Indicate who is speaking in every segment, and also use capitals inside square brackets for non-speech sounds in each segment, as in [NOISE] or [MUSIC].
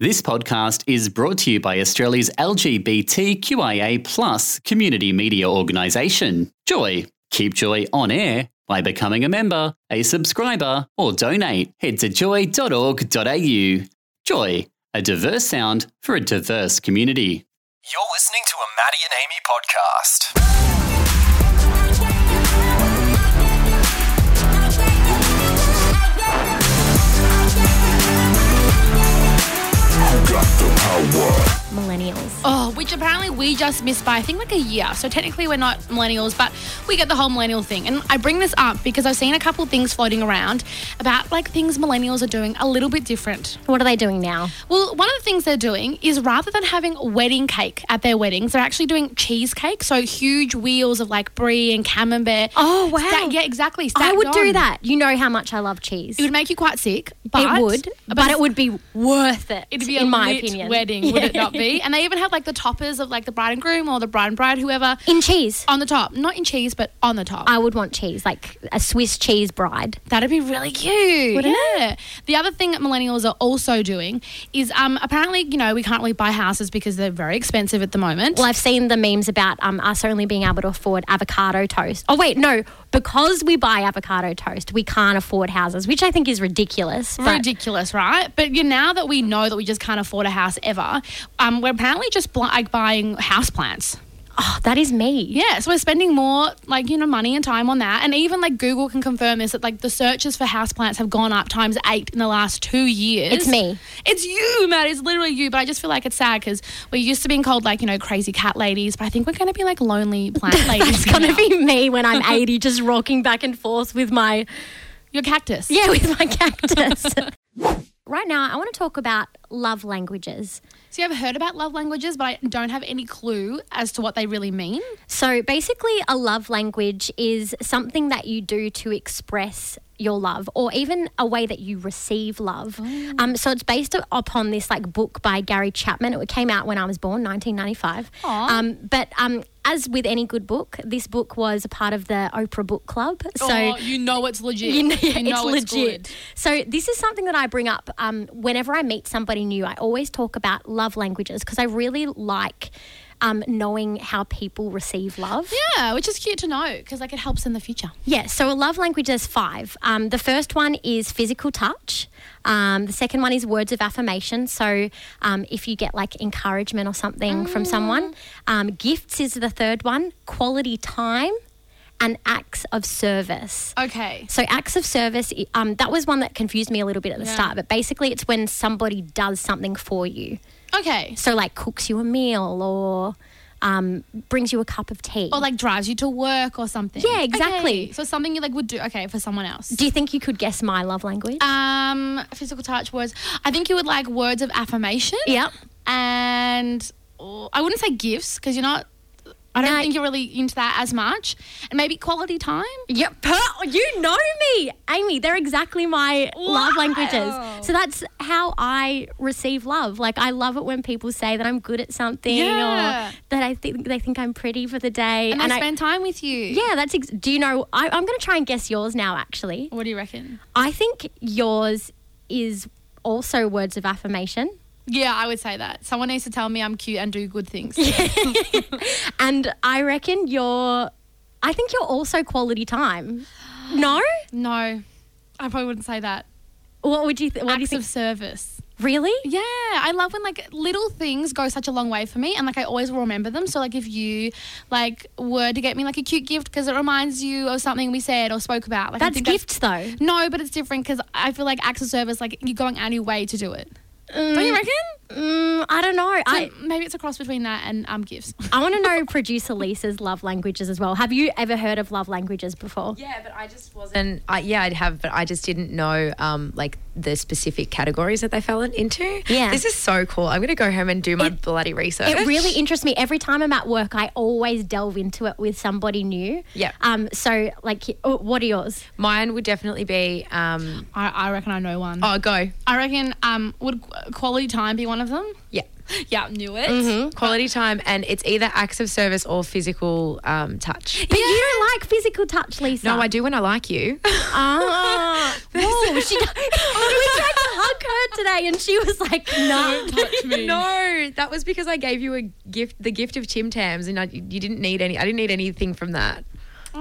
Speaker 1: This podcast is brought to you by Australia's LGBTQIA plus community media organisation, Joy. Keep Joy on air by becoming a member, a subscriber, or donate. Head to joy.org.au. Joy, a diverse sound for a diverse community.
Speaker 2: You're listening to a Maddie and Amy podcast.
Speaker 3: millennials.
Speaker 4: Oh, which apparently we just missed by, I think, like a year. So technically we're not millennials, but we get the whole millennial thing. And I bring this up because I've seen a couple of things floating around about like things millennials are doing a little bit different.
Speaker 3: What are they doing now?
Speaker 4: Well, one of the things they're doing is rather than having wedding cake at their weddings, they're actually doing cheesecake. So huge wheels of like brie and camembert.
Speaker 3: Oh, wow.
Speaker 4: Stack- yeah, exactly.
Speaker 3: I
Speaker 4: stacked
Speaker 3: would
Speaker 4: on.
Speaker 3: do that. You know how much I love cheese.
Speaker 4: It would make you quite sick, but
Speaker 3: it would, but, it would be worth it.
Speaker 4: It'd be
Speaker 3: in
Speaker 4: a
Speaker 3: my
Speaker 4: lit
Speaker 3: opinion.
Speaker 4: wedding, would
Speaker 3: [LAUGHS]
Speaker 4: it not be? And they even have like the toppers of like the bride and groom or the bride and bride, whoever.
Speaker 3: In cheese.
Speaker 4: on the top, not in cheese, but on the top.
Speaker 3: I would want cheese, like a Swiss cheese bride.
Speaker 4: That'd be really cute.
Speaker 3: Wouldn't
Speaker 4: yeah. The other thing that millennials are also doing is um, apparently, you know, we can't really buy houses because they're very expensive at the moment.
Speaker 3: Well, I've seen the memes about um, us only being able to afford avocado toast. Oh, wait, no. Because we buy avocado toast, we can't afford houses, which I think is ridiculous. but-
Speaker 4: Ridiculous, right? But you now that we know that we just can't afford a house ever, um, we're apparently just bl- like buying houseplants.
Speaker 3: Oh, [GASPS] that is me.
Speaker 4: Yeah, so we're spending more like you know money and time on that, and even like Google can confirm this that like the searches for houseplants have gone up times eight in the last two years.
Speaker 3: It's me.
Speaker 4: It's you, Matt. It's literally you. But I just feel like it's sad because we're used to being called like you know crazy cat ladies, but I think we're going to be like
Speaker 3: [LAUGHS]
Speaker 4: lonely plant
Speaker 3: It's
Speaker 4: ladies.
Speaker 3: going to
Speaker 4: now. [LAUGHS]
Speaker 3: be me when I'm 80, just rocking back and forth with my
Speaker 4: your
Speaker 3: [LAUGHS]
Speaker 4: cactus.
Speaker 3: Yeah, with my cactus. right now, I want to talk about love languages.
Speaker 4: So you have heard about love languages, but I don't have any clue as to what they really mean.
Speaker 3: So basically, a love language is something that you do to express your love or even a way that you receive love. Um, so it's based upon this like book by Gary Chapman. It came out when I was born, 1995. Um, but um, as with any good book, this book was a part of the Oprah Book Club. So
Speaker 4: oh, you know it's legit.
Speaker 3: You know,
Speaker 4: You know
Speaker 3: it's, legit.
Speaker 4: good.
Speaker 3: So this is something that I bring up um, whenever I meet somebody new. I always talk about love languages because I really like um, knowing how people receive love. Yeah.
Speaker 4: Yeah, which is cute to know because like it helps in the future.
Speaker 3: so a love language there's five. Um, the first one is physical touch. Um, the second one is words of affirmation. So um, if you get like encouragement or something
Speaker 4: Mm.
Speaker 3: from someone, um, gifts is the third one. Quality time. And acts of service.
Speaker 4: Okay.
Speaker 3: So acts of service, i- um, that was one that confused me a little bit at the start, but basically it's when somebody does something for you.
Speaker 4: Okay.
Speaker 3: So like cooks you a meal or um, brings you a cup of tea.
Speaker 4: or like drives you to work or something.
Speaker 3: Yeah, exactly.
Speaker 4: Okay, So something you like would do okay for someone else.
Speaker 3: Do you think you could guess my love language?
Speaker 4: Um, physical touch words. I think you would like words of affirmation.
Speaker 3: Yep.
Speaker 4: And oh, I wouldn't say gifts because you're not. I don't
Speaker 3: No.
Speaker 4: think you're really into that as much. And maybe quality time.
Speaker 3: Yep, per- you know me, Amy. They're exactly my love languages. So that's how I receive love. Like I love it when people say that I'm good at something
Speaker 4: Yeah.
Speaker 3: or that I think they think I'm pretty for the day.
Speaker 4: And, I
Speaker 3: I-
Speaker 4: spend time with you.
Speaker 3: yeah, that's. Ex- do you know? I, I'm going to try and guess yours now. Actually,
Speaker 4: What do you reckon?
Speaker 3: I think yours is also words of affirmation.
Speaker 4: Yeah, I would say that. Someone needs to tell me I'm cute and do
Speaker 3: [LAUGHS]
Speaker 4: good things.
Speaker 3: And I reckon you're, I think you're also quality time. No?
Speaker 4: No, I probably wouldn't say that.
Speaker 3: What would you, th- what do you
Speaker 4: Acts
Speaker 3: think?
Speaker 4: of service.
Speaker 3: really?
Speaker 4: Yeah, I love when like little things go such a long way for me, and like I always will remember them. So like if you like were to get me like a cute gift because it reminds you of something we said or spoke about, like I
Speaker 3: That's
Speaker 4: think
Speaker 3: gifts though.
Speaker 4: no, but it's different because I feel like acts of service, like you're going out of your way to do it. Don't you reckon?
Speaker 3: Mm, I don't know. I,
Speaker 4: So maybe it's a cross between that and um gifts.
Speaker 3: I want to know producer Lisa's love languages as well. Have you ever heard of love languages before?
Speaker 5: Yeah, but I just wasn't. I, yeah, I'd have, but I just didn't know um, like the specific categories that they fell in- into.
Speaker 3: Yeah.
Speaker 5: this is so cool. I'm gonna go home and do my bloody research.
Speaker 3: It really interests me. Every time I'm at work, I always delve into it with somebody new.
Speaker 5: Yeah.
Speaker 3: Um. So, like, oh, what are yours?
Speaker 5: Mine would definitely be. Um,
Speaker 4: [LAUGHS] I, I reckon I know one.
Speaker 5: oh, go.
Speaker 4: I reckon um would qu- quality time be one of them?
Speaker 3: [LAUGHS]
Speaker 5: Yeah. Mm-hmm.
Speaker 4: Yeah, knew it.
Speaker 5: Quality time, and it's either acts of service or physical um, touch.
Speaker 3: But you don't like physical touch, Lisa.
Speaker 5: No, I do when I like you. [LAUGHS]
Speaker 3: Ah. [LAUGHS] Whoa, she, we tried to hug her today and she was like, [LAUGHS] no.
Speaker 4: Touch me.
Speaker 5: [LAUGHS] no, that was because I gave you a gift, the gift of Tim Tams, and I, you didn't need any. I didn't need anything from that.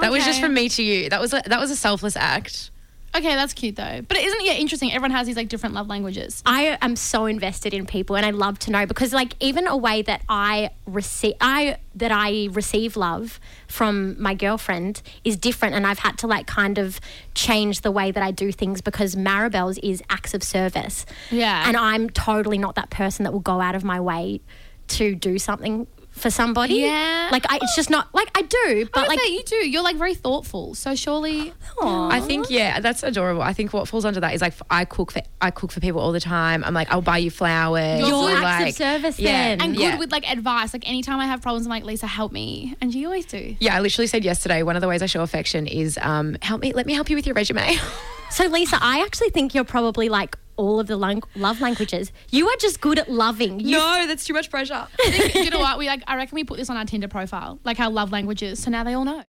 Speaker 5: That was just
Speaker 4: Okay.
Speaker 5: from me to you. That was a, that was a selfless act.
Speaker 4: Okay, that's cute though. But isn't it yeah, interesting? Everyone has these like different love languages.
Speaker 3: I am so invested in people and I love to know because like even a way that I receive I that I receive love from my girlfriend is different and I've had to like kind of change the way that I do things because Maribel's is acts of service.
Speaker 4: Yeah.
Speaker 3: And I'm totally not that person that will go out of my way to do something for somebody.
Speaker 4: Yeah.
Speaker 3: Like I it's just not like I do, but
Speaker 4: But
Speaker 3: like
Speaker 4: like you do, you're like very thoughtful. So surely,
Speaker 5: I think
Speaker 4: Oh.
Speaker 5: yeah, that's adorable. I think what falls under that is like I cook for I cook for people all the time. I'm like I'll buy you flowers.
Speaker 4: You're
Speaker 5: or,
Speaker 4: acts of
Speaker 5: like,
Speaker 3: service
Speaker 5: yeah,
Speaker 3: then.
Speaker 4: and good
Speaker 5: yeah.
Speaker 4: with like advice. Like anytime I have problems, I'm like Lisa, help me, and you always do.
Speaker 5: Yeah, I literally said yesterday one of the ways I show affection is um, help me let me help you with your resume. [LAUGHS]
Speaker 3: So, Lisa, I actually think you're probably like all of the lang- love languages. You are just good at loving. You,
Speaker 5: no, that's too much
Speaker 4: [LAUGHS]
Speaker 5: pressure.
Speaker 4: Do you know what? We like. I reckon we put this on our Tinder profile, like our love languages. So now they all know.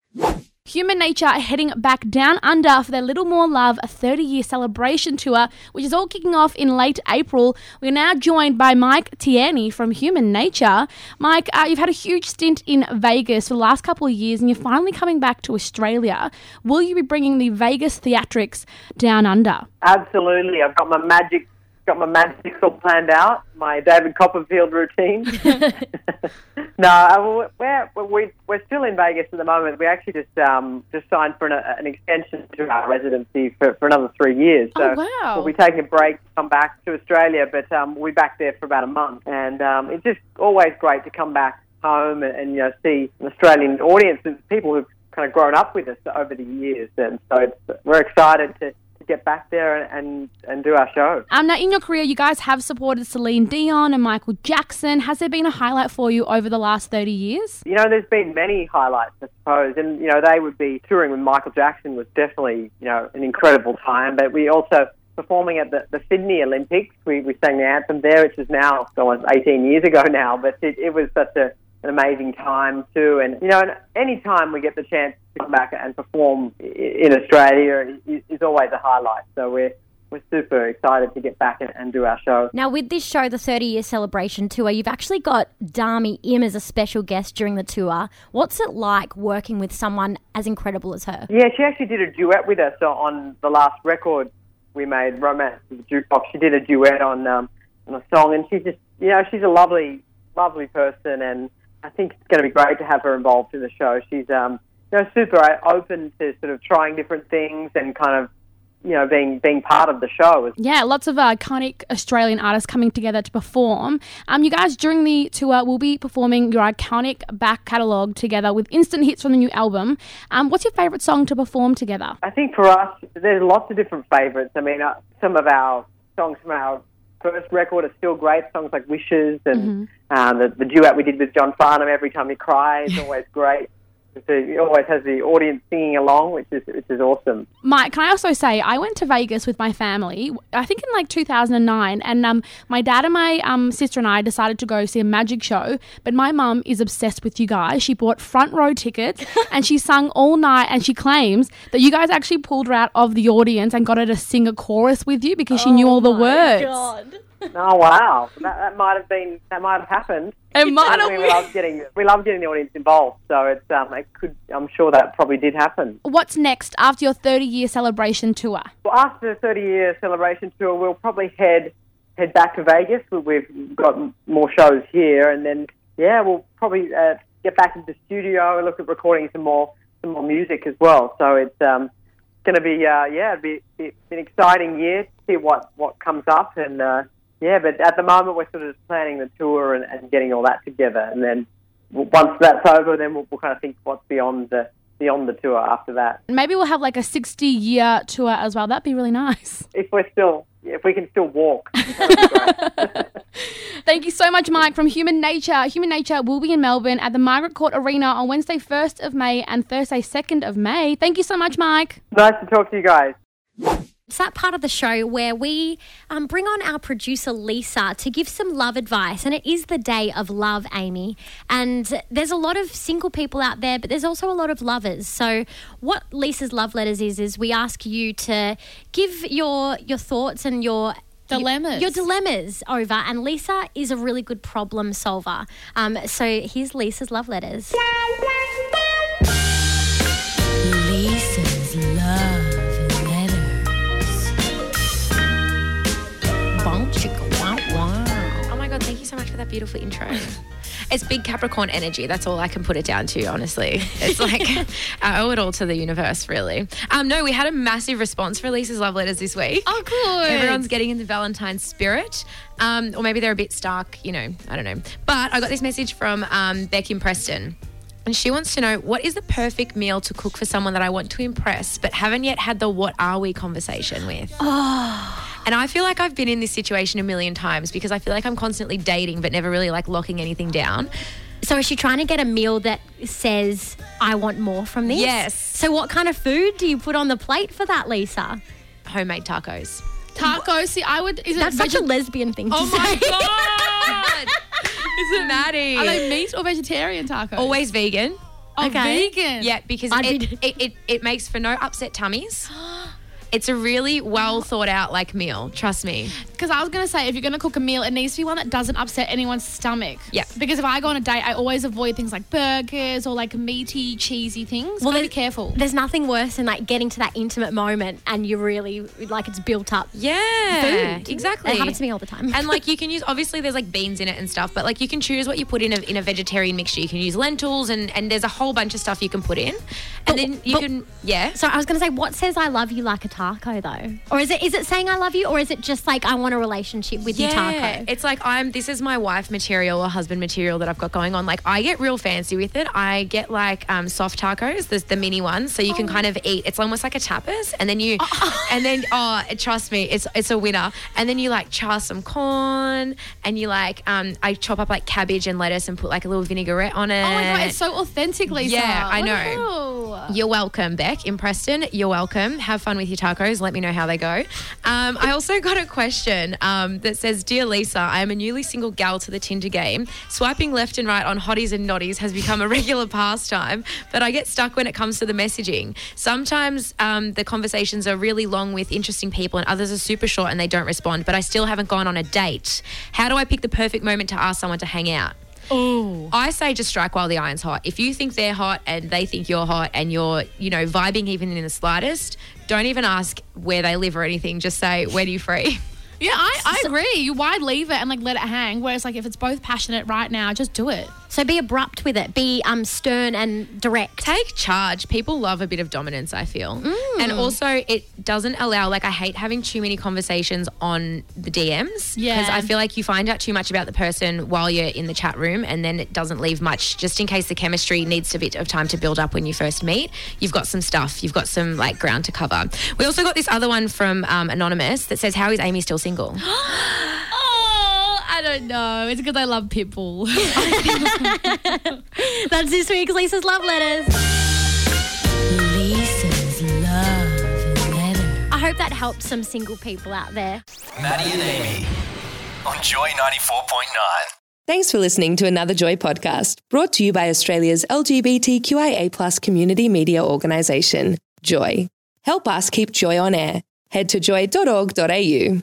Speaker 4: Human Nature are heading back down under for their Little More Love, a 30 year celebration tour, which is all kicking off in late April. We're now joined by Mike Tierney from Human Nature. Mike, uh, you've had a huge stint in Vegas for the last couple of years and you're finally coming back to Australia. Will you be bringing the Vegas theatrics down under?
Speaker 6: Absolutely, I've got my magic, got my magic all planned out. My David Copperfield routine. [LAUGHS] no, I- we're, we're we're still in Vegas at the moment. We actually just um, just signed for an, an extension to our residency for, for another three years. So
Speaker 4: Oh, wow.
Speaker 6: we'll be taking a break, come back to Australia, but um, we'll be back there for about a month. And um, it's just always great to come back home and, and you know see an Australian audience and people who've kind of grown up with us over the years. And so it's, we're excited to. to Get back there and, and, and do our show.
Speaker 4: Um, now, in your career, you guys have supported Celine Dion and Michael Jackson. Has there been a highlight for you over the last 30 years?
Speaker 6: You know, there's been many highlights, I suppose, and you know they would be touring with Michael Jackson was definitely you know an incredible time. But we also performing at the, the Sydney Olympics, we, we sang the anthem there, which is now almost 18 years ago now. But it, it was such a an amazing time too, and you know, and any time we get the chance to come back and perform i- in Australia is, is always a highlight. So we're we're super excited to get back and, and do our show.
Speaker 3: Now, with this show, the 30 year celebration tour, you've actually got Dami Im as a special guest during the tour. What's it like working with someone as incredible as her?
Speaker 6: Yeah, she actually did a duet with us on the last record we made, Romance of the Jukebox. She did a duet on um, on a song, and she's just, you know, she's a lovely, lovely person, and I think it's going to be great to have her involved in the show. She's, um, you know, super uh, open to sort of trying different things and kind of, you know, being being part of the show as
Speaker 4: Yeah, lots of uh, iconic Australian artists coming together to perform. Um, you guys, during the tour, will be performing your iconic back catalogue together with instant hits from the new album. Um, what's your favourite song to perform together?
Speaker 6: I think for us, there's lots of different favourites. I mean, uh, some of our songs from our first record are still great. Songs like Wishes
Speaker 4: Mm-hmm.
Speaker 6: and uh, the, the duet we did with John Farnham, Every Time You Cry, is always great. So It always has the audience singing along, which is which is awesome.
Speaker 4: Mike, can I also say I went to Vegas with my family. I think in like 2009, and um, my dad and my um, sister and I decided to go see a magic show. But my mum is obsessed with you guys. She bought front row tickets and she sung all night. And she claims that you guys actually pulled her out of the audience and got her to sing a chorus with you because she knew all the words.
Speaker 6: Oh wow, that, that might have been that might have happened.
Speaker 4: It might
Speaker 6: And
Speaker 4: have
Speaker 6: we love getting we love getting the audience involved. So it's um, it could I'm sure that probably did happen.
Speaker 4: What's next after your 30 year celebration tour?
Speaker 6: Well, after the 30 year celebration tour, we'll probably head head back to Vegas. We- We've got m- more shows here, and then yeah, we'll probably uh, get back into the studio and look at recording some more some more music as well. So it's um, going to be uh, yeah, it'll be, be an exciting year to see what what comes up, and uh, yeah, but at the moment we're sort of just planning the tour and, and getting all that together, and then w- once that's over, then we'll, we'll kind of think what's beyond the beyond the tour after that.
Speaker 4: Maybe we'll have like a 60 year tour as well. That'd be really nice.
Speaker 6: If we're still if we can still walk.
Speaker 4: Thank you so much, Mike, from Human Nature. Human Nature will be in Melbourne at the Margaret Court Arena on Wednesday, 1st of May and Thursday, 2nd of May. Thank you so much, Mike.
Speaker 6: Nice to talk to you guys.
Speaker 3: It's that part of the show where we um, bring on our producer Lisa to give some love advice, and it is the day of love, Amy. And there's a lot of single people out there, but there's also a lot of lovers. So, what Lisa's love letters is is we ask you to give your your thoughts and your
Speaker 4: Dilemmas.
Speaker 3: your dilemmas over, and Lisa is a really good problem solver. Um, so here's Lisa's love letters.
Speaker 7: Lisa's love letters.
Speaker 3: Bonk, chicka, wow, wow.
Speaker 5: Oh my God, thank you so much for that beautiful
Speaker 3: [LAUGHS]
Speaker 5: intro. It's big Capricorn energy. That's all I can put it down to, honestly.
Speaker 3: [LAUGHS]
Speaker 5: It's like I owe it all to the universe, really. Um, no, we had a massive response for Lisa's love letters this week.
Speaker 4: Oh, good.
Speaker 5: Everyone's getting in the Valentine's spirit. Um, or maybe they're a bit stark, you know, I don't know. But I got this message from um, Beck in Preston. And she wants to know what is the perfect meal to cook for someone that I want to impress, but haven't yet had the what are we conversation with.
Speaker 4: Oh.
Speaker 5: And I feel like I've been in this situation a million times because I feel like I'm constantly dating, but never really like locking anything down.
Speaker 3: So is she trying to get a meal that says, I want more from this?
Speaker 5: Yes.
Speaker 3: So what kind of food do you put on the plate for that, Lisa?
Speaker 5: Homemade tacos.
Speaker 4: Taco. See, I would. Is
Speaker 3: That's
Speaker 4: it
Speaker 3: such a
Speaker 4: veggie-
Speaker 3: lesbian thing to
Speaker 4: Oh
Speaker 5: [LAUGHS]
Speaker 4: my
Speaker 3: say.
Speaker 4: god!
Speaker 5: Is it Maddie?
Speaker 4: Are they meat or vegetarian tacos?
Speaker 5: always vegan?
Speaker 4: Oh,
Speaker 3: Okay.
Speaker 4: vegan.
Speaker 5: Yeah, because
Speaker 3: I'd
Speaker 5: it,
Speaker 3: be-
Speaker 5: it, it, it makes for no
Speaker 3: [GASPS]
Speaker 5: upset tummies. It's a really well thought out like meal. Trust me.
Speaker 4: Because I was going to say, if you're going to cook a meal, it needs to be one that doesn't upset anyone's stomach.
Speaker 5: Yeah.
Speaker 4: Because if I go on a date, I always avoid things like burgers or like meaty, cheesy things. Well, be
Speaker 3: there's-
Speaker 4: careful.
Speaker 3: [LAUGHS] There's nothing worse than like getting to that intimate moment and you really like it's built up.
Speaker 5: Yeah,
Speaker 3: Food.
Speaker 5: exactly.
Speaker 3: That happens to me all the time.
Speaker 5: [LAUGHS] and like you can use obviously there's like beans in it and stuff, but like you can choose what you put in a, in a vegetarian mixture. You can use lentils and and there's a whole bunch of stuff you can put in, and then you
Speaker 3: but-
Speaker 5: can yeah.
Speaker 3: [LAUGHS] so I was going to say, what says I love you like a taco though? Or is it is it saying I love you, or is it just like I want a relationship with you, taco?
Speaker 5: It's like I'm this is my wife material or husband material that I've got going on. Like I get real fancy with it. I get like um, soft tacos, the, the mini ones, so you
Speaker 4: Oh.
Speaker 5: can kind of eat. It's almost like a tapas, and then you, and then oh, trust me, it's it's a winner. And then you like char some corn, and you like um, I chop up like cabbage and lettuce and put like a little vinaigrette on it.
Speaker 4: oh my god, it's so authentic, Lisa.
Speaker 5: Yeah, I
Speaker 4: What the
Speaker 5: know.
Speaker 4: hell?
Speaker 5: You're welcome, Beck in Preston. You're welcome. Have fun with your tacos. Let me know how they go. Um, I also [LAUGHS] got a question um, that says Dear Lisa, I am a newly single gal to the Tinder game. Swiping left and right on hotties and noddies has become a [LAUGHS] regular pastime, but I get stuck when it comes to the messaging. Sometimes um, the conversations are really long with interesting people, and others are super short and they don't respond, but I still haven't gone on a date. How do I pick the perfect moment to ask someone to hang out? I say just strike while the iron's hot. If you think they're hot and they think you're hot and you're, you know, vibing even in the slightest, don't even ask where they live or anything. Just say, when are you free? [LAUGHS]
Speaker 4: Yeah, I, I agree. You why leave it and like let it hang? Whereas like if it's both passionate right now, just do it.
Speaker 3: so be abrupt with it. Be um stern and direct.
Speaker 5: Take charge. People love a bit of dominance, I feel. And also, it doesn't allow, like, I hate having too many conversations on the DMs.
Speaker 4: Yeah.
Speaker 5: Because I feel like you find out too much about the person while you're in the chat room and then it doesn't leave much, just in case the chemistry needs a bit of time to build up when you first meet. You've got some stuff, you've got some, like, ground to cover. We also got this other one from um, Anonymous that says, How is Amy still single?
Speaker 4: Oh, I don't know. It's because I love Pitbull.
Speaker 3: That's this week's Lisa's love letters.
Speaker 7: Lisa's love letters.
Speaker 3: I hope that helps some single people out there.
Speaker 2: Maddie and Amy on Joy 94.9.
Speaker 8: Thanks for listening to another Joy podcast brought to you by Australia's LGBTQIA community media organisation, Joy. Help us keep Joy on air. Head to joy.org.au.